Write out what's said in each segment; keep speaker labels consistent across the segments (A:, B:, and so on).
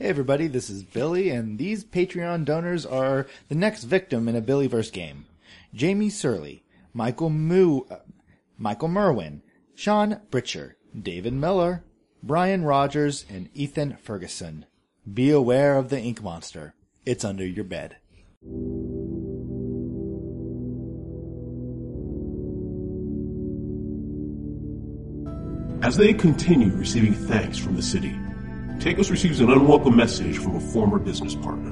A: Hey everybody, this is Billy, and these Patreon donors are the next victim in a Billyverse game. Jamie Surley, Michael Moo, uh, Michael Merwin, Sean Britcher, David Miller, Brian Rogers, and Ethan Ferguson. Be aware of the ink monster. It's under your bed.
B: As they continue receiving thanks from the city, Takos receives an unwelcome message from a former business partner.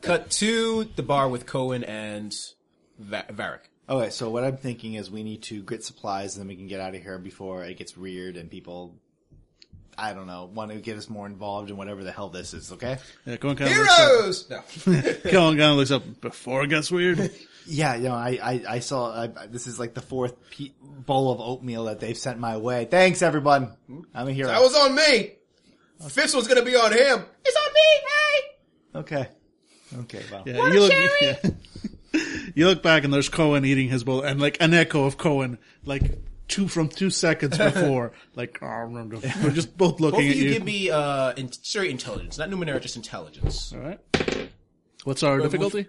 C: Cut to the bar with Cohen and Va- Varric.
A: Okay, so what I'm thinking is we need to get supplies, and then we can get out of here before it gets weird and people, I don't know, want to get us more involved in whatever the hell this is. Okay?
D: Yeah, Cohen kind of looks up.
C: Heroes. No.
D: Cohen kind of looks up before it gets weird.
A: Yeah, you know, I I, I saw I, I- this is like the fourth pe- bowl of oatmeal that they've sent my way. Thanks, everyone. I'm a hero.
C: That was on me. Fifth one's gonna be on him. It's on me. Hey.
A: okay. Okay, well,
D: Yeah, you look. yeah. you look back and there's Cohen eating his bowl, and like an echo of Cohen, like two from two seconds before, like "Ah, rum, rum." we're just both looking
C: Both of
D: at
C: you
D: you.
C: give me uh, in- sorry, intelligence, not numenera, just intelligence.
D: All right. What's our difficulty?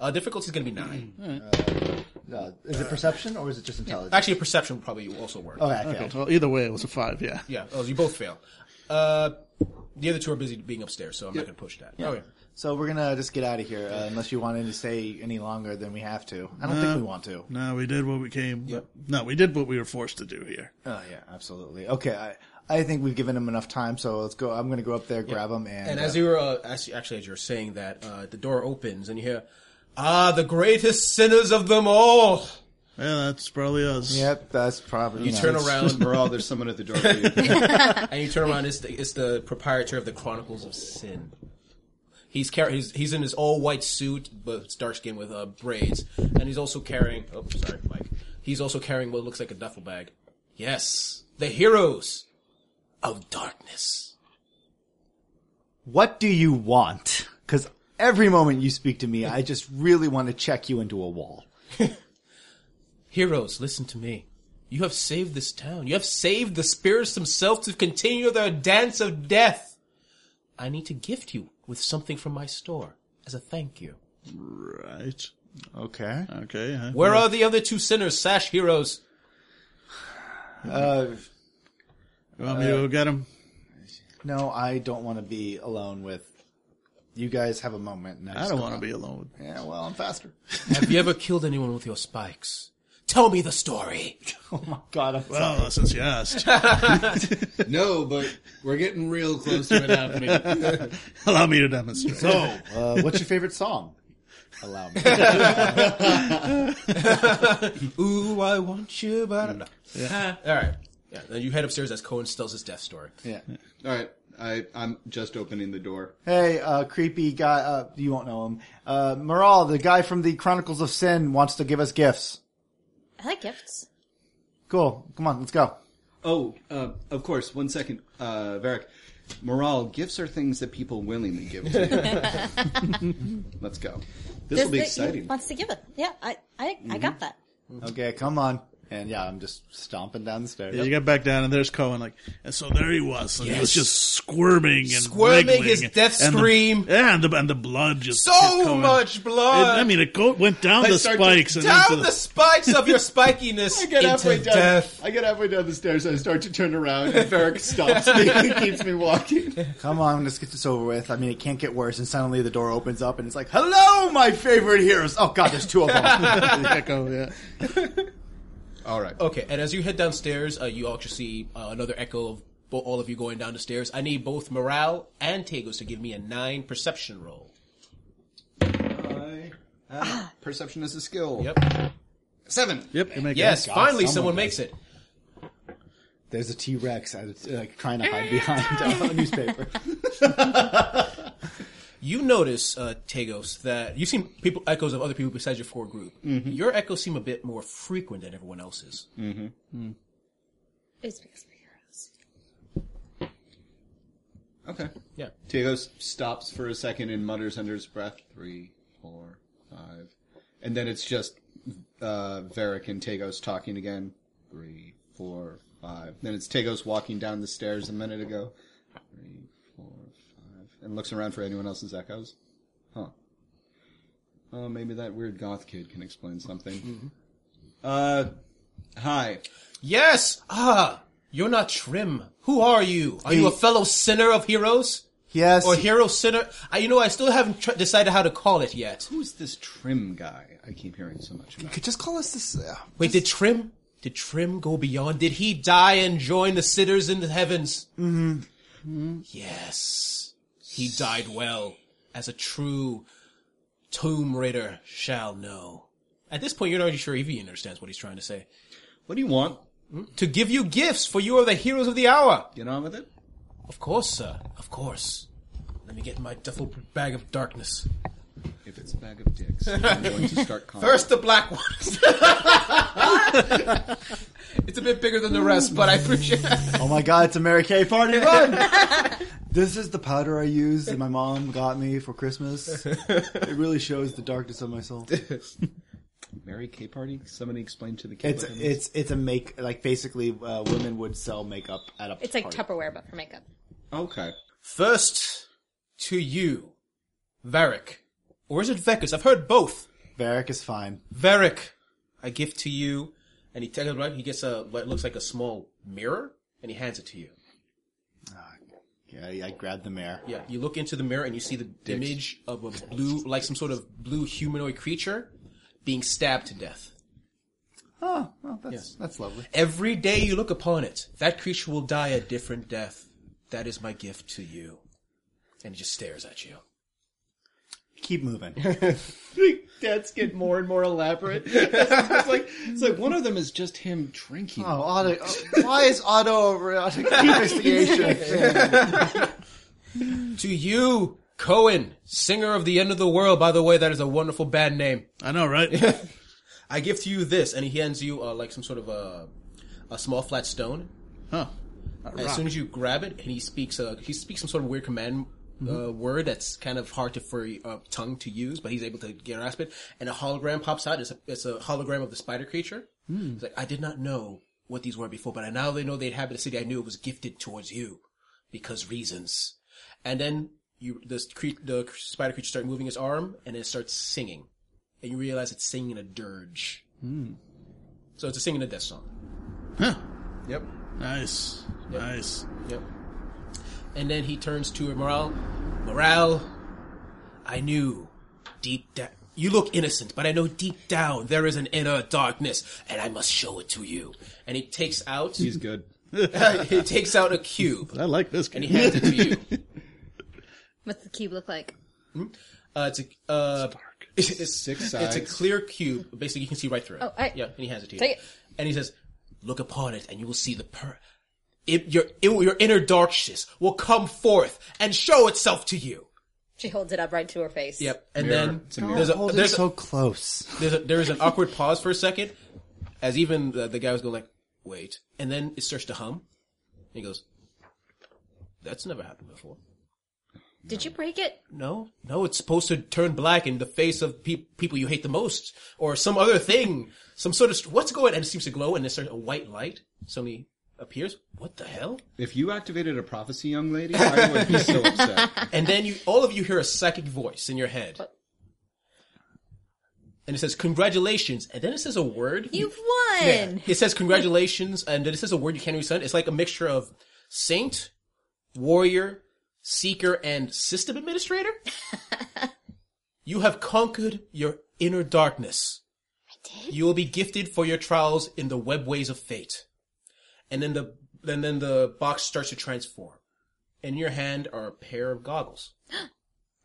C: Uh, difficulty is gonna be nine.
A: uh, is it perception or is it just intelligence?
C: Actually, perception would probably also work.
A: Okay, I failed.
D: Well, either way, it was a five. Yeah.
C: Yeah. Oh, you both fail. Uh, the other two are busy being upstairs, so I'm not gonna push that. Okay.
A: So we're gonna just get out of here uh, unless you wanted to stay any longer than we have to. I don't
C: Uh,
A: think we want to.
D: No, we did what we came. but- No, we did what we were forced to do here.
A: Oh yeah, absolutely. Okay, I I think we've given him enough time, so let's go. I'm gonna go up there, grab him, and,
C: And
A: uh,
C: as you were uh, as, actually as you were saying that, uh, the door opens and you hear, "Ah, the greatest sinners of them all."
D: Yeah, that's probably us.
A: yep, that's probably
C: You turn around,
E: Bro, there's someone at the door. For you.
C: and you turn around. It's the, it's the proprietor of the Chronicles of Sin. He's car- he's he's in his all white suit, but it's dark skin with uh, braids, and he's also carrying. Oh, sorry, Mike. He's also carrying what looks like a duffel bag. Yes, the heroes of darkness.
A: What do you want? Because every moment you speak to me, I just really want to check you into a wall.
C: Heroes, listen to me. You have saved this town. You have saved the spirits themselves to continue their dance of death. I need to gift you with something from my store as a thank you.
D: Right.
A: Okay.
D: Okay. I-
C: Where are the other two sinners, Sash heroes?
A: Uh,
D: You want me to go get him?
A: no, I don't want to be alone with. You guys have a moment. And
D: I don't want to be alone.
A: to. Yeah, well, I'm faster.
C: Have you ever killed anyone with your spikes? Tell me the story.
A: Oh my god! I'm sorry.
D: Well, since you asked,
E: no, but we're getting real close to it happening.
D: allow me to demonstrate.
A: So, uh, what's your favorite song? Allow me.
C: Ooh, I want you, but I'm not. all right. Yeah, then you head upstairs as Cohen tells his death story.
A: Yeah.
E: All right, I, I'm just opening the door.
A: Hey, uh, creepy guy. Uh, you won't know him. Uh, Moral, the guy from the Chronicles of Sin, wants to give us gifts.
F: I like gifts.
A: Cool. Come on, let's go.
E: Oh, uh, of course. One second, uh, Varric. Morale gifts are things that people willingly give to you. Let's go. This will be
F: Does the-
E: exciting. Mm-hmm.
F: Wants to give it. Yeah, I, I, I got that.
A: Okay, come on. And yeah, I'm just stomping down the stairs.
D: Yeah, you get back down, and there's Cohen. Like, and so there he was. And He was
C: Yes.
D: just squirming and
C: Squirming
D: wriggling
C: his death
D: and the-
C: scream.
D: yeah, and the and the blood just
C: So
D: kept going.
C: much blood.
D: It- I mean, it go, went down
E: I
D: the
E: start to
D: spikes and
C: Down
D: into
C: the spikes of your spikiness
E: I get halfway
C: into
E: down.
C: death.
E: I get halfway down the stairs. I start to turn around, and Varric stops me and keeps me walking.
A: Come on, let's get this over with. I mean, it can't get worse. And suddenly the door opens up and it's like, hello, my favorite heroes. Oh god, there's two of them.
D: the echo. Yeah,
E: All right.
C: Okay, and as you head downstairs, uh, you also see uh, another echo of bo- all of you going down the stairs. I need both morale and Tagos to give me a nine perception roll.
E: I have perception as a skill.
C: Yep.
E: Seven.
D: yep. you make
C: Yes,
D: it.
C: finally someone
A: someone
C: makes it.
A: there's a T Rex like trying to hide behind a newspaper.
C: You notice, uh, Tagos, that you've seen people echoes of other people besides your four group. Your echoes seem a bit more frequent than everyone else's. Mm-hmm.
F: It's because we're heroes.
E: Okay.
C: Yeah.
E: Tegos stops for a second and mutters under his breath, three, four, five. And then it's just uh, Varric and Tegos talking again. three, four, five. Then it's Tegos walking down the stairs a minute ago. Three, four, five. And looks around for anyone else's echoes. Huh. Oh, maybe that weird goth kid can explain something. Uh, hi.
C: Yes! Ah! You're not Trim. Who are you? Are you a fellow sinner of heroes?
G: Yes.
C: Or hero sinner? I, you know, I still haven't tr- decided how to call it yet.
E: Who's this trim guy I keep hearing so much about?
G: could just call us this. Uh,
C: Wait, did Trim? Did Trim go beyond? Did he die and join the sitters in the heavens? Mm-hmm. Yes. He died well, as a true Tomb Raider shall know. At this point, you're not even sure if he understands what he's trying to say.
E: What do you want?
C: To give you gifts, for you are the heroes of the hour.
E: Get on with it.
C: Of course, sir. Of course. Let me get my duffel bag of darkness.
E: If it's a bag of dicks, I'm going to start calling.
C: First, the black ones. it's a bit bigger than the rest, but I appreciate it.
A: Oh my god, it's a Mary Kay party run! this is the powder I use that my mom got me for Christmas. It really shows the darkness of my soul.
E: Mary Kay party. Somebody explain to the kid.
G: it's
E: what that means.
G: it's it's a make like basically uh, women would sell makeup at a.
F: It's like
G: party.
F: Tupperware, but for makeup.
E: okay.
C: First, to you, Varric. Or is it Vekus? I've heard both.
G: Varric is fine.
C: Varric, I give to you. And he takes it right. He gets a what looks like a small mirror, and he hands it to you.
G: Yeah, I, I grabbed the mare.
C: Yeah, you look into the mirror and you see the image of a blue, like some sort of blue humanoid creature, being stabbed to death.
G: Oh, well, that's that's lovely.
C: Every day you look upon it, that creature will die a different death. That is my gift to you. And he just stares at you.
G: Keep moving.
E: Dads get more and more elaborate. it's like it's like one of them is just him drinking.
A: Oh, auto, oh, why is auto over auto investigation?
C: To you, Cohen, singer of the end of the world. By the way, that is a wonderful band name.
D: I know, right?
C: I give to you this, and he hands you uh, like some sort of a a small flat stone.
D: huh.
C: As soon as you grab it, and he speaks uh, he speaks some sort of weird command. Uh, word that's kind of hard to for uh, tongue to use, but he's able to grasp it. And a hologram pops out. It's a, it's a hologram of the spider creature. It's like I did not know what these were before, but I now they know they inhabit a city. I knew it was gifted towards you because reasons. And then you the cre- the spider creature starts moving his arm, and it starts singing, and you realize it's singing a dirge. So it's a singing a death song.
D: Huh.
C: Yep.
D: Nice. Nice.
C: Yep. And then he turns to Morale. Morale, I knew deep down. You look innocent, but I know deep down there is an inner darkness, and I must show it to you. And he takes out.
E: He's good.
C: he takes out a cube,
D: I like this
C: and
D: game.
C: he hands it to you.
F: What's the cube look like?
C: Uh, it's a uh, it's, it's-
E: Six
C: It's a
E: sides.
C: clear cube. Basically, you can see right through it.
F: Oh, I-
C: yeah. And he hands it to you.
F: Take it.
C: And he says, "Look upon it, and you will see the per. It, your it, will- your inner darkness will come forth and show itself to you."
F: She holds it up right to her face.
C: Yep. And then
E: It's a mirror.
C: there's a,
G: Hold it
C: there's,
G: so
C: a,
G: close.
C: there's a there is an awkward pause for a second, as even the, the guy was going like, "Wait," and then it starts to hum. And he goes, "That's never happened before."
F: Did you break it?
C: No, no, it's supposed to turn black in the face of pe- people you hate the most, or some other thing, some sort of what's going. And it seems to glow, and there's a white light suddenly appears. What the hell?
E: If you activated a prophecy, young lady, I would be so upset.
C: And then you, all of you hear a psychic voice in your head. And it says, congratulations. And then it says a word.
F: You've won!
C: It says congratulations, and then it says a word you can't understand. It's like a mixture of saint, warrior, seeker, and system administrator. you have conquered your inner darkness. I did. You will be gifted for your trials in the webways of fate. And then the and then the box starts to transform. In your hand are a pair of goggles.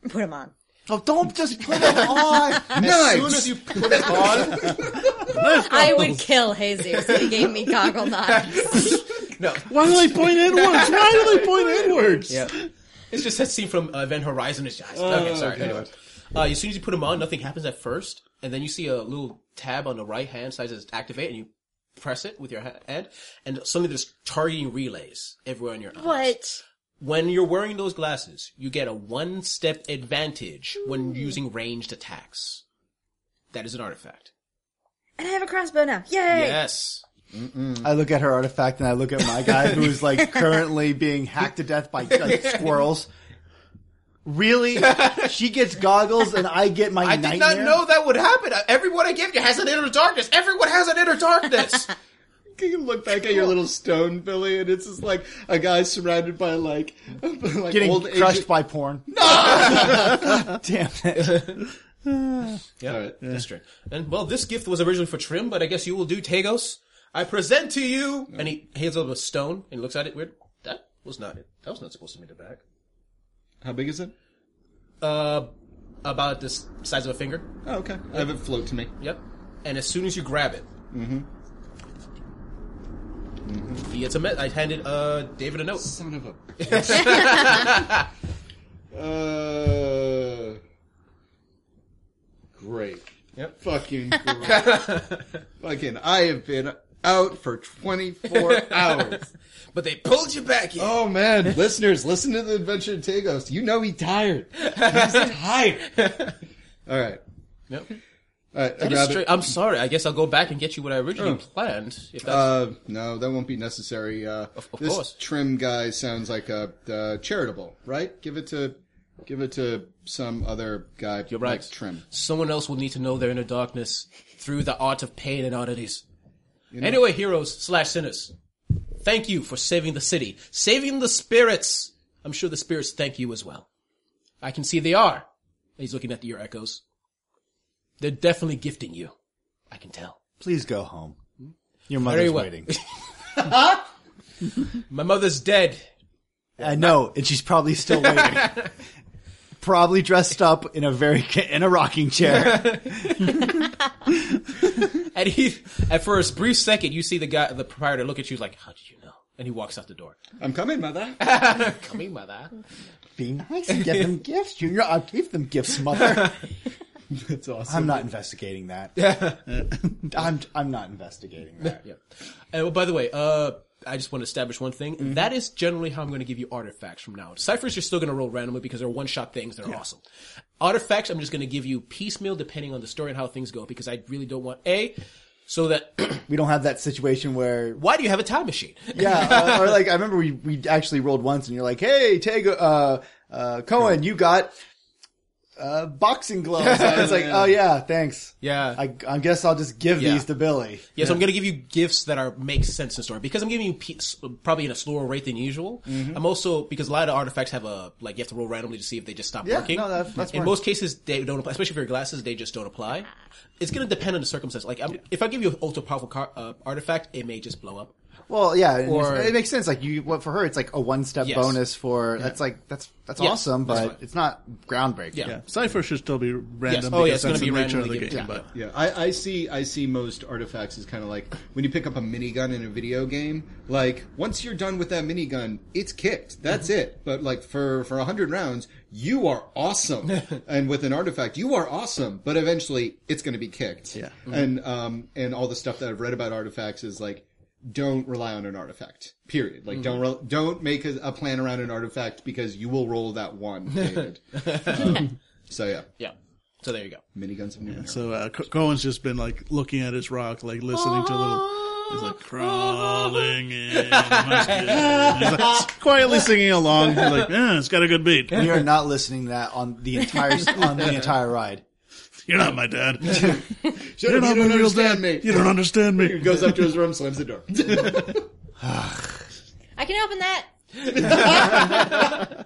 F: Put him on.
A: Oh, don't just put it on.
C: As soon as you put it on,
F: I would kill Hazy if he gave me goggle knots.
C: no,
D: Why do they point inwards? Why do they point inwards?
C: Yeah. It's just that scene from uh, Event Horizon. Is just, okay, sorry. Anyway. Uh, as soon as you put them on, nothing happens at first, and then you see a little tab on the right hand side that says activate, and you press it with your ha- hand, and suddenly there's targeting relays everywhere on your eyes.
F: what?
C: When you're wearing those glasses, you get a one step advantage
F: Hmm.
C: when using ranged attacks. That is an artifact.
F: And I have a crossbow now. Yay!
C: Yes.
A: I look at her artifact and I look at my guy who's like currently being hacked to death by like, squirrels. Really? She gets goggles and I get my
C: I
A: nightmare?
C: did not know that would happen. Everyone I give you has an inner darkness. Everyone has an inner darkness.
E: You look back at your little stone, Billy, and it's just like a guy surrounded by like, like
A: Getting
E: old
A: crushed
E: Asian-
A: by porn. Damn it.
C: yeah,
E: All right.
C: that's true. And well, this gift was originally for Trim, but I guess you will do Tagos. I present to you, and he hands over a stone and he looks at it weird. That was not it. That was not supposed to be in the bag.
E: How big is it?
C: Uh, about this size of a finger.
E: Oh, okay. I have it float to me.
C: Yep. And as soon as you grab it,
E: Mm-hmm.
C: he gets a. Me- I handed uh David a note.
E: Son of a. uh, great.
C: Yep.
E: Fucking great. Fucking, I have been out for 24 hours.
C: But they pulled you back in.
E: Oh man, listeners, listen to the adventure of Tagos. You know he tired. He's tired. All right.
C: Yep.
E: All right. I
C: That is
E: grab it.
C: straight- I'm sorry. I guess I'll go back and get you what I originally
E: Oh.
C: planned. If that's,
E: Uh, no, that won't be necessary. Uh,
C: Of- of
E: this
C: course.
E: trim guy sounds like a uh, charitable, right? Give it to, give it to some other guy.
C: you're right.
E: Like trim.
C: Someone else will need to know they're in the darkness through the art of pain and oddities. Anyway, heroes slash sinners, thank you for saving the city, saving the spirits. I'm sure the spirits thank you as well. I can see they are. He's looking at your echoes. They're definitely gifting you. I can tell.
A: Please go home. Your
C: Very
A: mother's
C: well.
A: waiting.
C: My mother's dead.
A: I know, and she's probably still waiting. probably dressed up in a very in a rocking chair.
C: And he, and for a e- brief second, you see the guy, the proprietor look at you like, how did you know? And he walks out the door.
E: I'm coming, mother.
C: Coming, mother.
A: Be nice and get them gifts, Junior. I'll give them gifts, Mother.
E: That's awesome.
A: I'm not investigating that. Yeah. I'm I'm not investigating that.
C: Yeah. And well, by the way, uh, I just want to establish one thing. That is generally how I'm going to give you artifacts from now on. Ciphers you're still going to roll randomly because they're one shot things. They're awesome. Artifacts I'm just going to give you piecemeal depending on the story and how things go because I really don't want a so that
A: We don't have that situation where
C: why do you have a time machine?
A: yeah, or, or like I remember we we actually rolled once, and you're like, "Hey, Tego, uh, uh, Cohen, you got uh, boxing gloves." I was like, "Oh yeah, thanks."
C: Yeah.
A: I, I guess I'll just give
C: Yeah.
A: these to Billy.
C: Yeah, so I'm going to give you gifts that are make sense in story because I'm giving you pe- s- probably in a slower rate than usual.
D: Mm-hmm.
C: I'm also because a lot of artifacts have a like you have to roll randomly to see if they just stop
A: Yeah,
C: working.
A: no, that's- that's
C: in
A: fine.
C: most cases they don't apply, especially for your glasses. They just don't apply. It's going to depend on the circumstance. Like I'm, if I give you an ultra powerful car, uh, artifact, it may just blow up.
A: Well, yeah, and
C: Or-
A: it's- it makes sense. Like you, well, for her, it's like a one step
C: Yes.
A: bonus for that's like that's that's
C: Yeah,
A: awesome,
C: that's
A: but
C: fine.
A: it's not groundbreaking.
C: Yeah.
D: Yeah, Cipher should still be random.
C: Yes. Oh, yeah,
D: because
C: it's gonna
D: that's
C: be
D: the nature of
C: randomly
D: the
C: given.
D: game.
C: Yeah.
D: But
E: Yeah, I, I see. I see most artifacts as kind of like when you pick up a minigun in a video game. Like once you're done with that minigun, it's kicked. That's
D: Mm-hmm.
E: it. But like for for a hundred rounds, you are awesome, and with an artifact, you are awesome. But eventually, it's going to be kicked.
D: Yeah.
E: and um and all the stuff that I've read about artifacts is like. Don't rely on an artifact. Period. Like, don't
D: Mm-hmm.
E: re- don't make a, a plan around an artifact because you will roll that one. David. Um, so yeah,
C: Yeah. So there you go.
E: miniguns of new era.
D: so uh, Co- Cohen's just been like looking at his rock, like listening to little. He's like crawling in. my skin." He's like, quietly singing along. He's like, yeah, it's got a good beat.
A: We are not listening to that on the entire on the entire ride.
D: You're not my dad.
E: Shut
D: You're
E: up,
D: not
E: you
D: my
E: don't
D: real
E: understand
D: dad.
E: me.
D: You don't understand me.
E: goes up to his room, slams the door.
F: I can open that.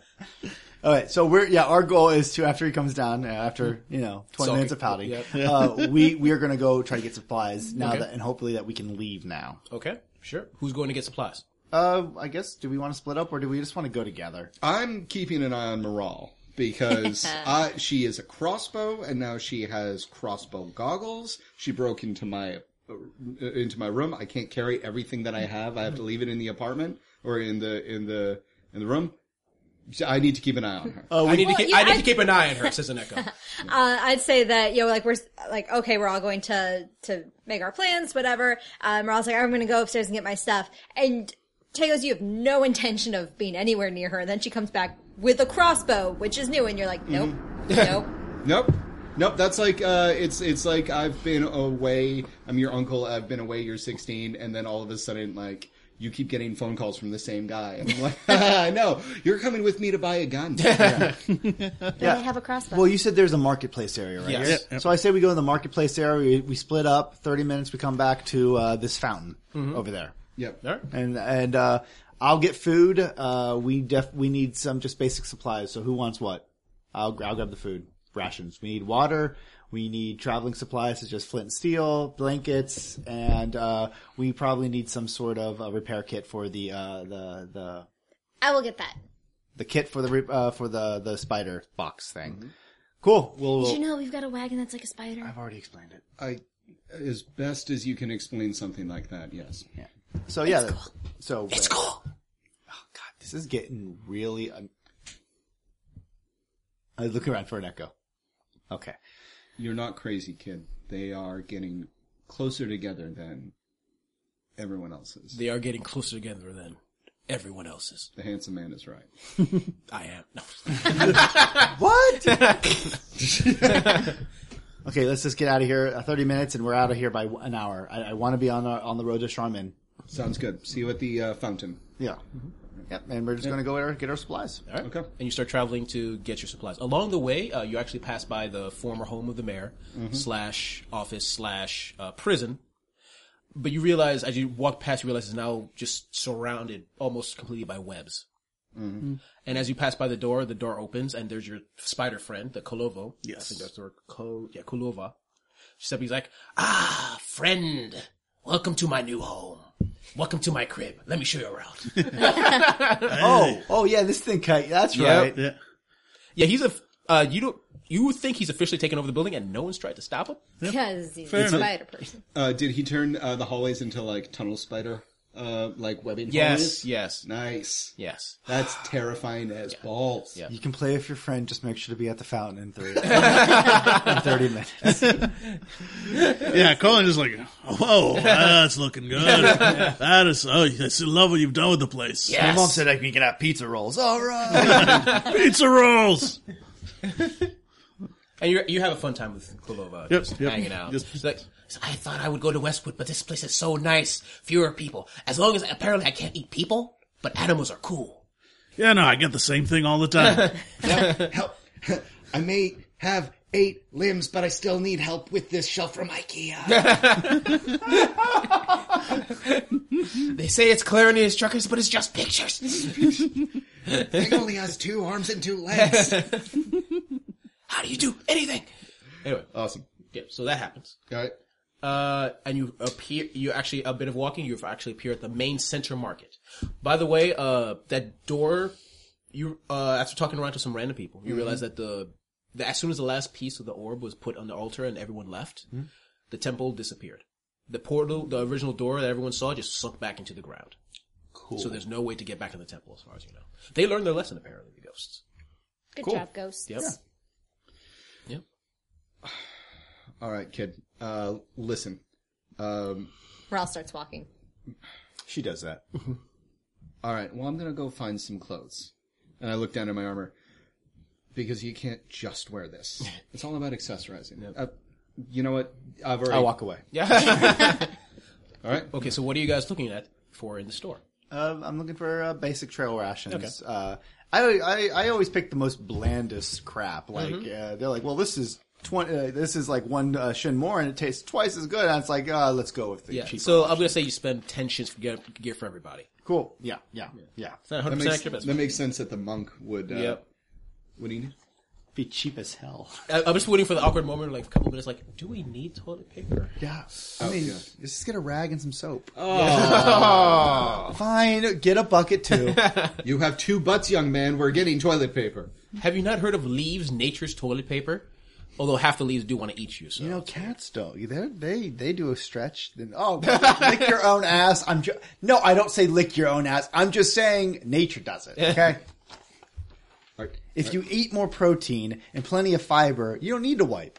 A: All right, so we're yeah. Our goal is to after he comes down, uh, after you know twenty
C: Sulking.
A: minutes of pouting,
C: Yep.
A: uh, we we are going to go try to get supplies now
C: Okay.
A: that, and hopefully that we can leave now.
C: Okay. Sure. Who's going to get supplies?
A: Uh, I guess do we want to split up or do we just want to go together?
E: I'm keeping an eye on Morale because I, she is a crossbow, and now she has crossbow goggles. She broke into my uh, into my room. I can't carry everything that I have. I have to leave it in the apartment or in the in the in the room. So I need to keep an eye on her.
D: Uh,
C: I need
F: Well,
C: to keep,
F: yeah,
C: I need
F: I-
C: to keep an eye on her. Says an echo.
F: Uh, I'd say that you know, like we're s- like okay, we're all going to to make our plans, whatever. Um, Morale's like, I'm going to go upstairs and get my stuff. And Tay goes, you have no intention of being anywhere near her. And then she comes back with a crossbow, which is new, and you're like, nope, nope.
E: nope. Nope, that's like uh, it's it's like I've been away. I'm your uncle. I've been away. You're 16, and then all of a sudden, like you keep getting phone calls from the same guy. And I'm like, "Ah, no, you're coming with me to buy a gun.
F: Then they have a crossbow.
A: Well, you said there's a marketplace area, right?
C: Yes.
A: here?
C: Yeah,
D: yeah.
A: So I say we go in the marketplace area. We, we split up. Thirty minutes. We come back to uh, this fountain over there,
E: Yep.
C: All right.
A: and and uh, I'll get food. Uh, we def we need some just basic supplies. So who wants what? I'll I'll grab the food rations. We need water. We need traveling supplies such as flint and steel, blankets, and uh, we probably need some sort of a repair kit for the uh, the the
F: I will get that.
A: the kit for the re- uh, for the the spider box thing. Cool. We'll,
F: Did you know we've got a wagon that's like a spider?
A: I've already explained it.
E: I, as best as you can explain something like that. Yes.
A: So yeah, that- so it's cool. Oh god, this is getting really. Un- I look around for an echo. Okay,
E: You're not crazy, kid. They are getting closer together than everyone else is.
C: They are getting closer together than everyone else's.
E: The handsome man is right.
C: I am. No.
A: okay, let's just get out of here. Uh, Thirty minutes, and we're out of here by an hour. I, I want to be on the, on the road to Charmin.
E: Sounds good. See you at the uh, fountain.
A: Yeah. Yep, and we're just gonna go there, get our supplies.
C: All right.
E: Okay.
C: And you start traveling to get your supplies. Along the way, uh, you actually pass by the former home of the mayor slash office slash uh, prison. But you realize as you walk past, you realize it's now just surrounded almost completely by webs. Mm-hmm. And as you pass by the door, the door opens, and there's your spider friend, the Kolovo.
D: Yes.
C: I think that's the word. Ko- yeah, Kolova. Giuseppe's like, ah, friend, welcome to my new home. Welcome to my crib. Let me show you around.
A: Oh, oh yeah, this thing cut. That's
C: Yeah.
A: right.
D: Yeah.
C: Yeah, he's a. Uh, you don't. You think he's officially taken over the building, and no one's tried to stop him.
D: Oh,
F: Because he's a
D: enough.
F: spider person.
E: Uh, did he turn uh, the hallways into like tunnel spider, uh, like webbing? hallways?
C: yes,
E: Nice.
C: yes.
E: That's terrifying as balls.
C: Yeah.
A: You can play with your friend. Just make sure to be at the fountain in thirty in thirty minutes.
D: Yeah, Colin is like, whoa, that's looking good. That is, oh, I s- love what you've done with the place.
C: Yes.
A: I can get out pizza rolls. All right.
D: Pizza rolls.
C: and you you have a fun time with Kulova, just
D: yep.
C: hanging out.
D: Just-
C: He's like, I thought I would go to Westwood, but this place is so nice. Fewer people. As long as apparently I can't eat people, but animals are cool.
D: Yeah, no, I get the same thing all the time.
E: Help! I may have eight limbs, but I still need help with this shelf from IKEA.
C: They say it's Clarence and his truckers, but it's just pictures.
E: it only has two arms and two legs.
C: How do you do anything? Anyway,
E: Awesome.
C: yeah. So that happens.
E: Got it.
C: uh, and you appear, you actually, a bit of walking, you've actually appeared at the main center market. By the way, uh, that door, you, uh, after talking around to some random people,
E: Mm-hmm.
C: you realize that the, the, as soon as the last piece of the orb was put on the altar and everyone left,
E: Mm-hmm.
C: the temple disappeared. The portal, the original door that everyone saw just sunk back into the ground. Cool. So there's no way to get back in the temple as far as you know. They learned their lesson apparently, the ghosts.
F: Good job, ghosts.
C: Yep. Yep.
E: All right, kid. Uh, listen. Um,
F: Rawl starts walking.
A: she does that.
E: all right. Well, I'm gonna go find some clothes, and I look down at my armor because you can't just wear this. It's all about accessorizing. Uh, you know what? I've already.
A: I walk away.
E: All right.
C: Okay, so what are you guys looking at for in the store?
A: Uh, I'm looking for uh, basic trail rations. Uh, I, I I always pick the most blandest crap. Like uh, they're like, well, this is twenty. Uh, this is like one uh, shin more, and it tastes twice as good. And it's like, uh, let's go with the
C: Yeah.
A: cheaper.
C: So I'm gonna say you spend ten shins for gear, gear for everybody.
A: cool. Yeah, yeah, yeah.
C: It's not 100
E: That
C: percent
E: makes,
C: accurate.
E: that makes sense that the monk would. Uh,
C: Yep.
E: Would he?
A: Be cheap as hell.
C: I, I'm just waiting for the awkward moment, like a couple minutes. Like, do we need toilet paper?
A: Yeah. I mean,
E: yeah.
A: just get a rag and some soap. Oh. Fine. Get a bucket too.
E: You have two butts, young man. We're getting toilet paper.
C: Have you not heard of leaves, nature's toilet paper? Although half the leaves do want to eat you. So
A: You know, cats don't. They they they do a stretch. Then oh, lick your own ass. I'm ju- no, I don't say lick your own ass. I'm just saying nature does it. Okay.
E: All right.
A: if you eat more protein and plenty of fiber, you don't need to wipe.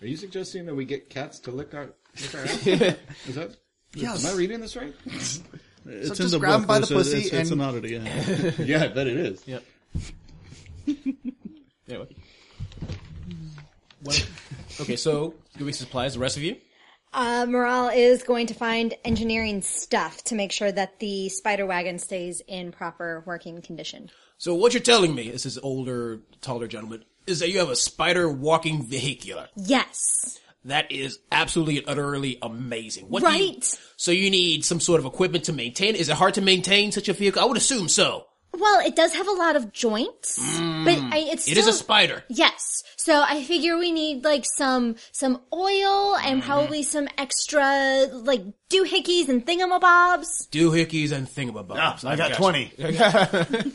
E: Are you suggesting that we get cats to lick our, lick our ass? Is that?
A: Yes.
E: Am I reading this right?
D: It's
A: just grab 'em by the
D: so it's-
A: pussy
D: it's, it's
A: and-
D: an oddity. Yeah.
E: yeah, I bet it is.
C: Anyway. What- okay, so two weeks supplies. The rest of you.
F: Uh, Morale is going to find engineering stuff to make sure that the spider wagon stays in proper working condition.
C: So what you're telling me, this is older, taller gentleman, is that you have a spider walking vehicular.
F: Yes.
C: That is absolutely and utterly amazing. What do you-
F: Right.
C: so you need some sort of equipment to maintain. Is it hard to maintain such a vehicle? I would assume so.
F: Well, it does have a lot of joints, but I, it's
C: It
F: still,
C: is a spider.
F: Yes. So I figure we need like some some oil and probably some extra like doohickeys and thingamabobs.
C: Doohickeys and thingamabobs.
A: I got 20.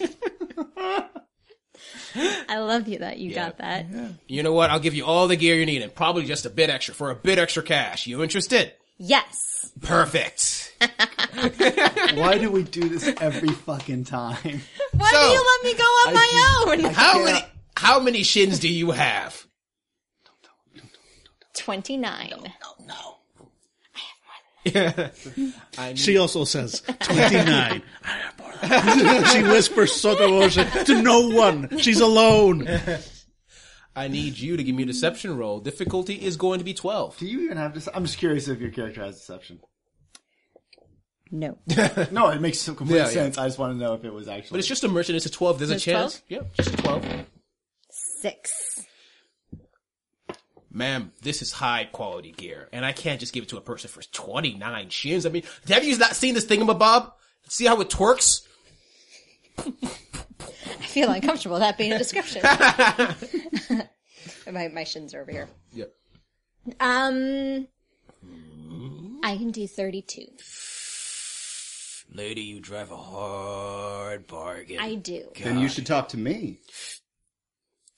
F: I love you that you got that.
C: You know what? I'll give you all the gear you need and probably just a bit extra for a bit extra cash. You interested?
F: Yes.
C: Perfect.
A: Why do we do this every fucking time?
F: Why
C: So-
F: do you let me go on my own?
C: How many, how many shins do you have?
F: Twenty nine.
C: No.
D: She also says 29. she whispers sotto voce to no one. She's alone.
C: I need you to give me a deception roll. Difficulty is going to be 12.
A: Do you even have to? I'm just curious if your character has deception.
F: No.
A: No, it makes some complete
C: Yeah, yeah.
A: sense. I just want to know if it was actually.
C: But it's just a merchant. It's a 12. There's
F: It's
C: a chance. Yep, just a 12.
F: Six.
C: Ma'am, this is high quality gear, and I can't just give it to a person for 29 shins. I mean, have you not seen this thingamabob? See how it twerks?
F: I feel uncomfortable that being a description. my my shins are over here.
C: Yep.
F: Um I can do thirty two.
C: Lady, you drive a hard bargain.
F: I do.
E: Then you should talk to me.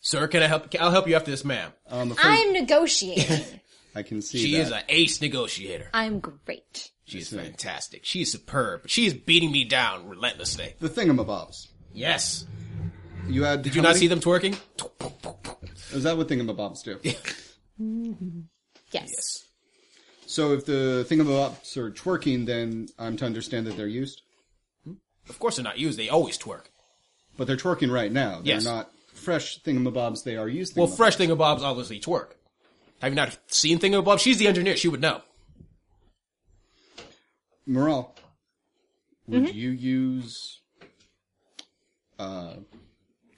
C: Sir, can I help? I'll help you after this, ma'am.
E: I'm afraid
F: I'm negotiating.
E: I can see
C: She
E: that.
C: is an ace negotiator.
F: I'm great.
C: She is fantastic. She is superb. She is beating me down relentlessly.
E: the thingamabobs.
C: Yes.
E: You had. Did
C: Do you not see them twerking?
E: Is that what thingamabobs do?
F: Yes.
E: so if the thingamabobs are twerking, then I'm to understand that they're used.
C: Of course they're not used. They always twerk.
E: But they're twerking right now. They're
C: Yes.
E: not fresh thingamabobs. They are used.
C: Well,
E: thingamabobs.
C: fresh thingamabobs obviously twerk. Have you not seen thingamabob? She's the engineer. She would know.
E: Morale, would
C: Mm-hmm.
E: you use uh,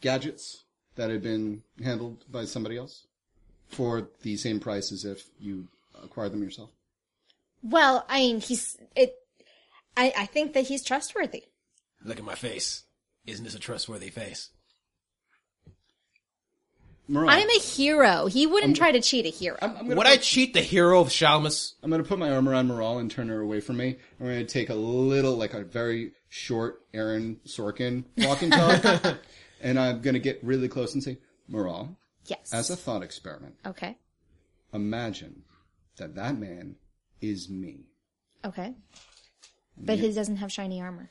E: gadgets that had been handled by somebody else for the same price as if you acquired them yourself?
F: Well, I mean, he's it. I I think that he's trustworthy.
C: Look at my face. Isn't this a trustworthy face?
E: Morale,
F: I'm a hero. He wouldn't try to cheat a hero.
E: I'm, I'm gonna
C: Would I cheat the hero of Shalmas?
E: I'm gonna put my arm around Morale and turn her away from me. I'm gonna take a little, like a very short Aaron Sorkin walking talk, and I'm gonna get really close and say, Morale,
F: yes.
E: as a thought experiment,
F: okay.
E: imagine that that man is me.
F: Okay. But his doesn't have shiny armor.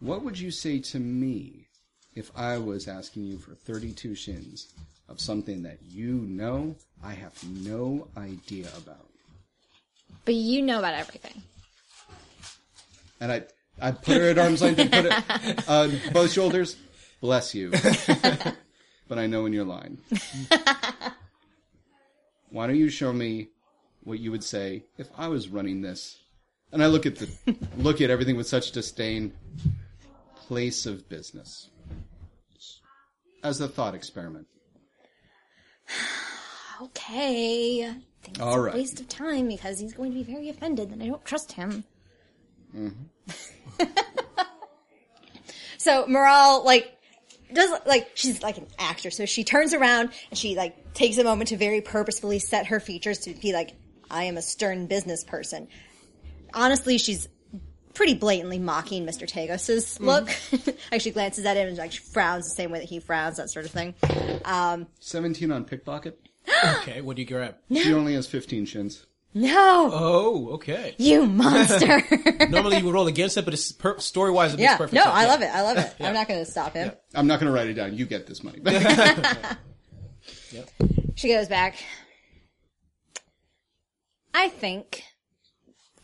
E: What would you say to me if I was asking you for 32 shins of something that you know I have no idea about?
F: But you know about everything.
E: And I, I put her at arm's length and put it on both shoulders. Bless you. but I know when you're lying. Why don't you show me what you would say if I was running this? And I look at the, look at everything with such disdain. Place of business. As a thought experiment.
F: Okay. I think it's
E: All
F: a
E: right.
F: waste of time because he's going to be very offended that I don't trust him.
C: Mm-hmm.
F: so Morale, like, does like she's like an actor, so she turns around and she like takes a moment to very purposefully set her features to be like, I am a stern business person. Honestly, she's pretty blatantly mocking Mr.
C: Mm-hmm.
F: Tagos's look. like she glances at him and like she frowns the same way that he frowns, that sort of thing.
C: Oh.
E: 17 on pickpocket.
C: Okay, what do you grab?
E: She only has 15 shins.
F: No,
C: Oh, okay.
F: you monster.
C: Normally you would roll against it, but it's per- story wise, it
F: yeah.
C: makes perfect
F: No,
C: sense.
F: I
C: Yeah.
F: love it. I love it. I'm not going to stop him.
E: I'm not going to write it down. You get this money.
F: She goes back. I think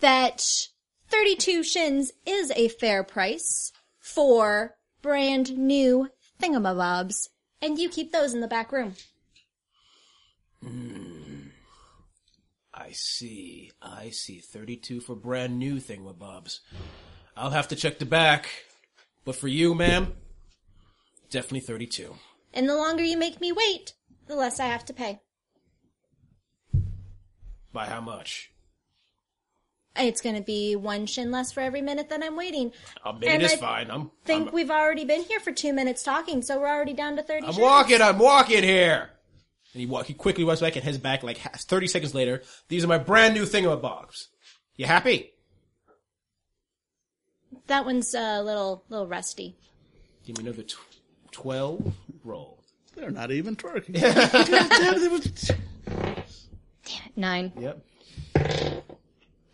F: that 32 shins is a fair price for brand new thingamabobs, and you keep those in the back room.
C: I see. I see. 32 for brand new thingamabobs. I'll have to check the back. But for you, ma'am, definitely 32.
F: And the longer you make me wait, the less I have to pay.
C: By how much?
F: It's going to be one shin less for every minute that I'm waiting.
C: I'll make
F: And
C: this
F: I
C: fine. I'm,
F: think
C: I'm,
F: we've already been here for two minutes talking, so we're already down to 30
C: I'm
F: shins.
C: walking. I'm walking here. And he, walk, he quickly walks back and heads back like ha- 30 seconds later. These are my brand new thingamabobs. You happy?
F: That one's a little, little rusty.
C: Give me another tw- 12 roll.
D: They're not even twerking.
F: Nine.
C: Yep.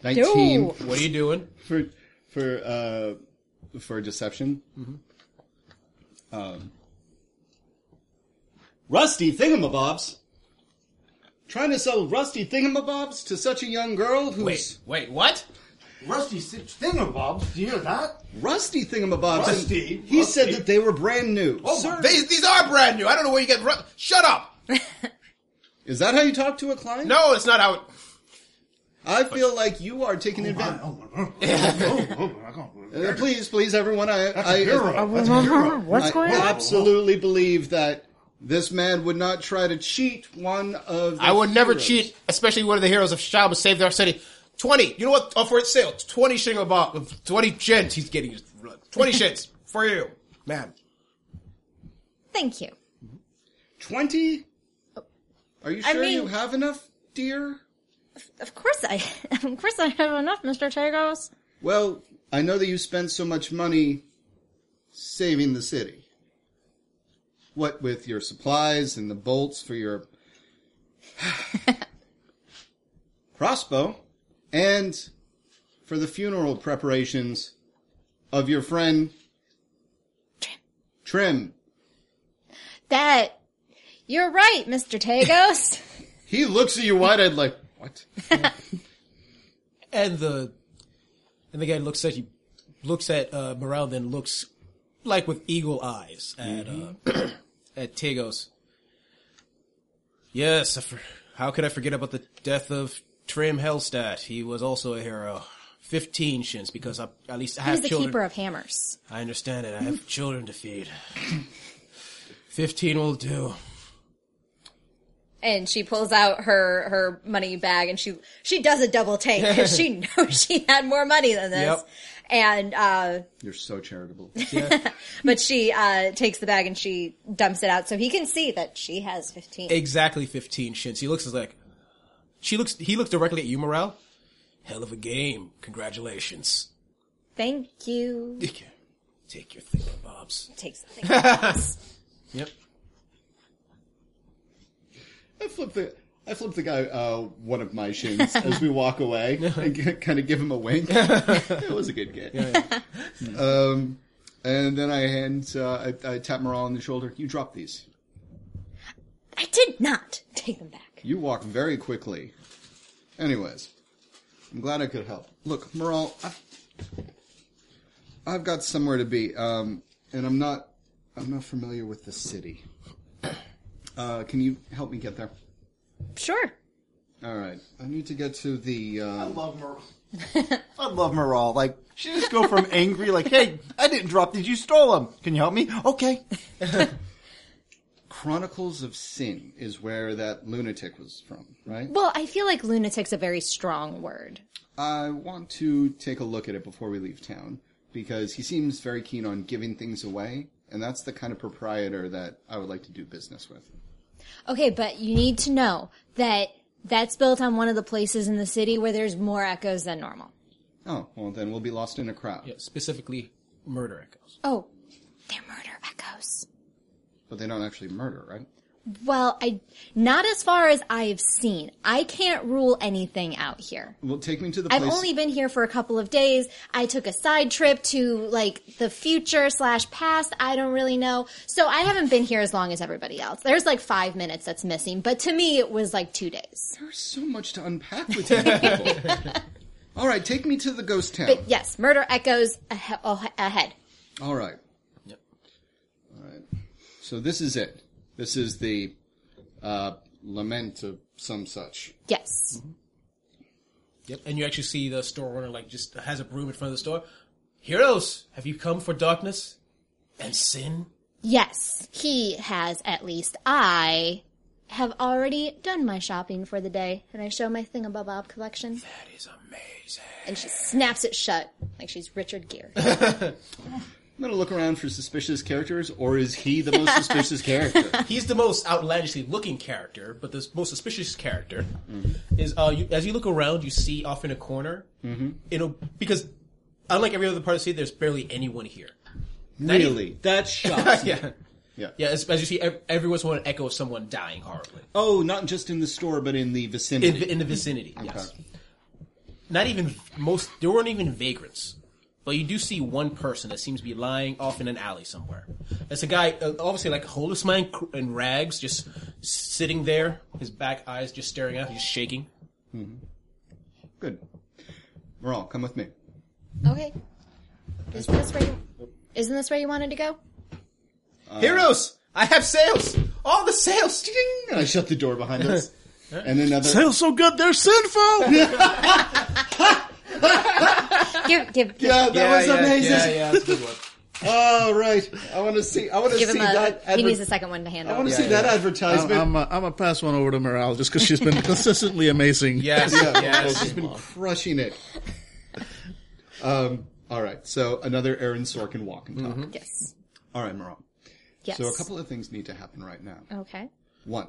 E: 19
F: No.
C: What are you doing?
E: for for uh for deception. Um,
C: Mm-hmm.
E: rusty thingamabobs. Trying to sell rusty thingamabobs to such a young girl who's
C: Wait, wait, what?
A: Rusty Thingamabobs, do you hear that?
E: rusty thingamabobs. and
A: Rusty?
E: He said
A: Rusty?
E: that they were brand new.
C: Oh
E: Sir,
C: These, these are brand new. I don't know where you get. Ru- Shut up!
E: is that how you talk to a client?
C: No, it's not how. It-
E: I feel like you are
C: Oh
E: taking
D: Oh,
E: advantage. Uh, please, please, everyone. I, I, I absolutely believe that this man would not try to cheat one of. the
C: I would never
E: heroes.
C: cheat, especially one of the heroes of Shab saved our city. Twenty. You know what? Offer it sale. Twenty shingabop. Twenty shins. He's getting his twenty shins for you, ma'am.
F: Thank you.
E: Twenty. Are you
F: I
E: sure you
F: mean-
E: have enough, dear?
F: Of course I, of course I have enough, Mr. Tagos.
E: Well, I know that you spent so much money saving the city. What with your supplies and the bolts for your crossbow, and for the funeral preparations of your friend Trim.
F: That, you're right, Mr. Tagos.
E: He looks at you wide-eyed, like, "What?
C: And the and the guy looks at you, looks at uh, Morel, then looks like with eagle eyes at uh, at Tagos. Yes, I for- how could I forget about the death of Trim Hellstat? He was also a hero. Fifteen shins because I, at least I have
F: He's the
C: children.
F: keeper of Mm-hmm. hammers.
C: I understand it. I have children to feed. Fifteen will do.
F: And she pulls out her, her money bag and she, she does a double take because she knows she had more money than this.
C: Yep.
F: And, uh,
E: You're so charitable."
F: but she, uh, takes the bag and she dumps it out so he can see that she has 15.
C: Exactly fifteen shins. He looks as like she looks. He looks directly at you, Morel. Hell of a game. Congratulations.
F: Thank you.
C: Take your, take your thing, Bob's.
F: Takes the thing.
C: Yep.
E: I flip the I flip the guy uh, one of my shins as we walk away and g- kind of give him a wink. it was a good game. Um, and then I hand uh, I, I tap Morale on the shoulder. You drop these.
F: I did not take them back.
E: You walk very quickly. Anyways, I'm glad I could help. Look, Morale, I've, I've got somewhere to be, um, and I'm not I'm not familiar with the city. Uh, can you help me get there?
F: Sure.
E: All right, I need to get to the. Uh,
A: I love Moral. I love Moral. Like, she just go from angry, like, hey, I didn't drop these, you stole them. Can you help me? Okay.
E: Chronicles of Sin is where that lunatic was from, right?
F: Well, I feel like lunatic's a very strong word.
E: I want to take a look at it before we leave town because he seems very keen on giving things away, and that's the kind of proprietor that I would like to do business with.
F: Okay, but you need to know that that's built on one of the places in the city where there's more echoes than normal.
E: Oh, well, then we'll be lost in a crowd.
C: Specifically, murder echoes.
F: Oh, they're murder echoes.
E: But they don't actually murder, right?
F: Well, I not as far as I've seen. I can't rule anything out here.
E: Well, take me to the
F: I've
E: place.
F: only been here for a couple of days. I took a side trip to like the future slash past. I don't really know. So I haven't been here as long as everybody else. There's like five minutes that's missing, but to me it was like two days.
E: There's so much to unpack with you people. All right, take me to the ghost town.
F: But yes, murder echoes ahe- oh, ahead.
E: All right.
C: Yep.
E: All right. So this is it. This is the uh, lament of some such.
F: Yes.
C: Yep. And you actually see the store owner like just has a broom in front of the store. Heroes, have you come for darkness and sin?
H: Yes, he has at least. I have already done my shopping for the day, and I show my Thingamabob collection,
C: That is amazing.
H: and she snaps it shut like she's Richard Gere.
E: I'm gonna look around for suspicious characters, or is he the most suspicious character?
C: He's the most outlandishly looking character, but the most suspicious character is uh, you, as you look around, you see off in a corner. Mm-hmm. You know because unlike every other part of the city, there's barely anyone here.
E: Really? That shocks me.
C: yeah.
E: Yeah.
C: Yeah, as, as you see, ev- every once in a while, an echo of someone dying horribly
E: Oh, not just in the store, but in the
C: in,
E: vicinity.
C: in the vicinity. Yes, not even most. There weren't even vagrants, but you do see one person that seems to be lying off in an alley somewhere. It's a guy, uh, obviously like a homeless man cr- in rags, just sitting there, his back eyes just staring out, just shaking.
E: Good. Moral, come with me.
H: okay, isn't this where you, isn't this where you wanted to go?
C: Heroes, I have sales, all the sales.
E: Oh, And I shut the door behind us. and another.
D: Sales so good, they're sinful.
F: Give, give, give,
E: yeah, that was amazing.
C: Yeah, yeah, that's a good one.
A: Uh,
E: Oh, right. I want to see. I want to see
F: give him a,
E: that.
F: he
E: adver-
F: needs a second one to
E: I
H: Oh.
E: want
F: handle.
E: to see that advertisement.
D: I'm, I'm, uh, I'm gonna pass one over to Morale just because she's been consistently amazing.
C: Yes,
E: yeah,
C: yes.
E: she's been crushing it. Um. All right. So another Aaron Sorkin walk and talk.
F: Mm-hmm.
H: Yes,
E: All right, Moral.
H: yes.
E: So a couple of things need to happen right now.
H: Okay.
E: One,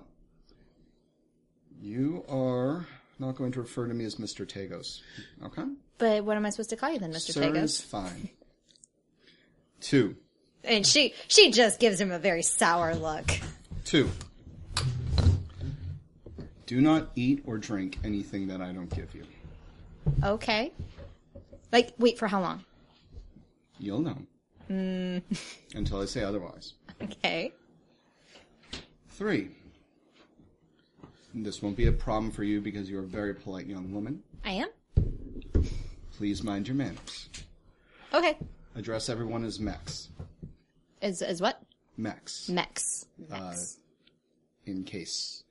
E: you are not going to refer to me as Mr. Tagos. Okay?
H: But what am I supposed to call you then, Mr.
E: Sir is
H: Tagos?
E: fine. Two.
F: And she, she just gives him a very sour look.
E: Two. Do not eat or drink anything that I don't give you.
H: Okay. Like, wait for how long?
E: You'll know.
H: Mm.
E: Until I say otherwise.
H: Okay.
E: Three. This won't be a problem for you because you're a very polite young woman.
H: I am?
E: Please mind your manners.
H: Okay.
E: Address everyone as Max.
H: Is is what?
E: Max.
H: Mex.
E: uh, in case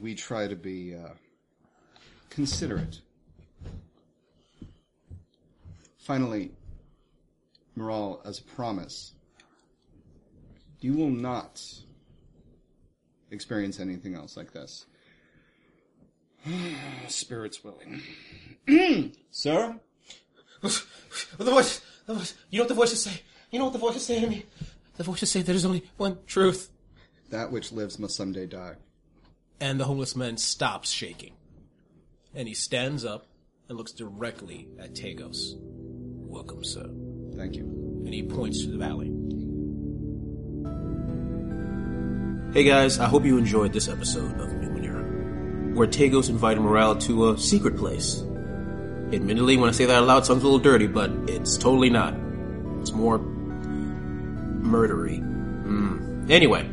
E: we try to be uh, considerate. Finally, Moral, as a promise, you will not experience anything else like this. Spirits willing. Sir?
C: The voice, the voice. You know what the voices say? You know what the voices say to me? The voices say there is only one truth.
E: That which lives must someday die.
C: and the homeless man stops shaking. And he stands up and looks directly at Tagos. Welcome, sir. And
E: Thank you.
C: he points to the valley. Hey guys, I hope you enjoyed this episode of Numenera, where Tagos invited Morale to a secret place. Admittedly, when I say that out loud, it sounds a little dirty, but it's totally not. It's more murdery. Mm. Anyway,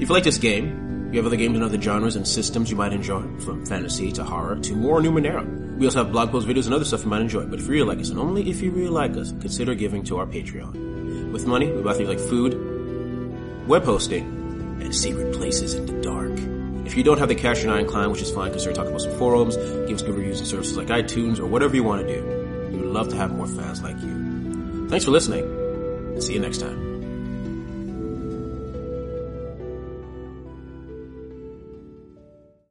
C: if you like this game, you have other games in other genres and systems you might enjoy, from fantasy to horror to more Numenera. We also have blog posts, videos, and other stuff you might enjoy, but if you really like us, and only if you really like us, consider giving to our Patreon. With money, we buy things like food, web hosting, and secret places in the dark. If you don't have the cash you're not inclined, which is fine, consider talking about some forums, give us good reviews and services like iTunes, or whatever you want to do. We would love to have more fans like you. Thanks for listening, and see you next time.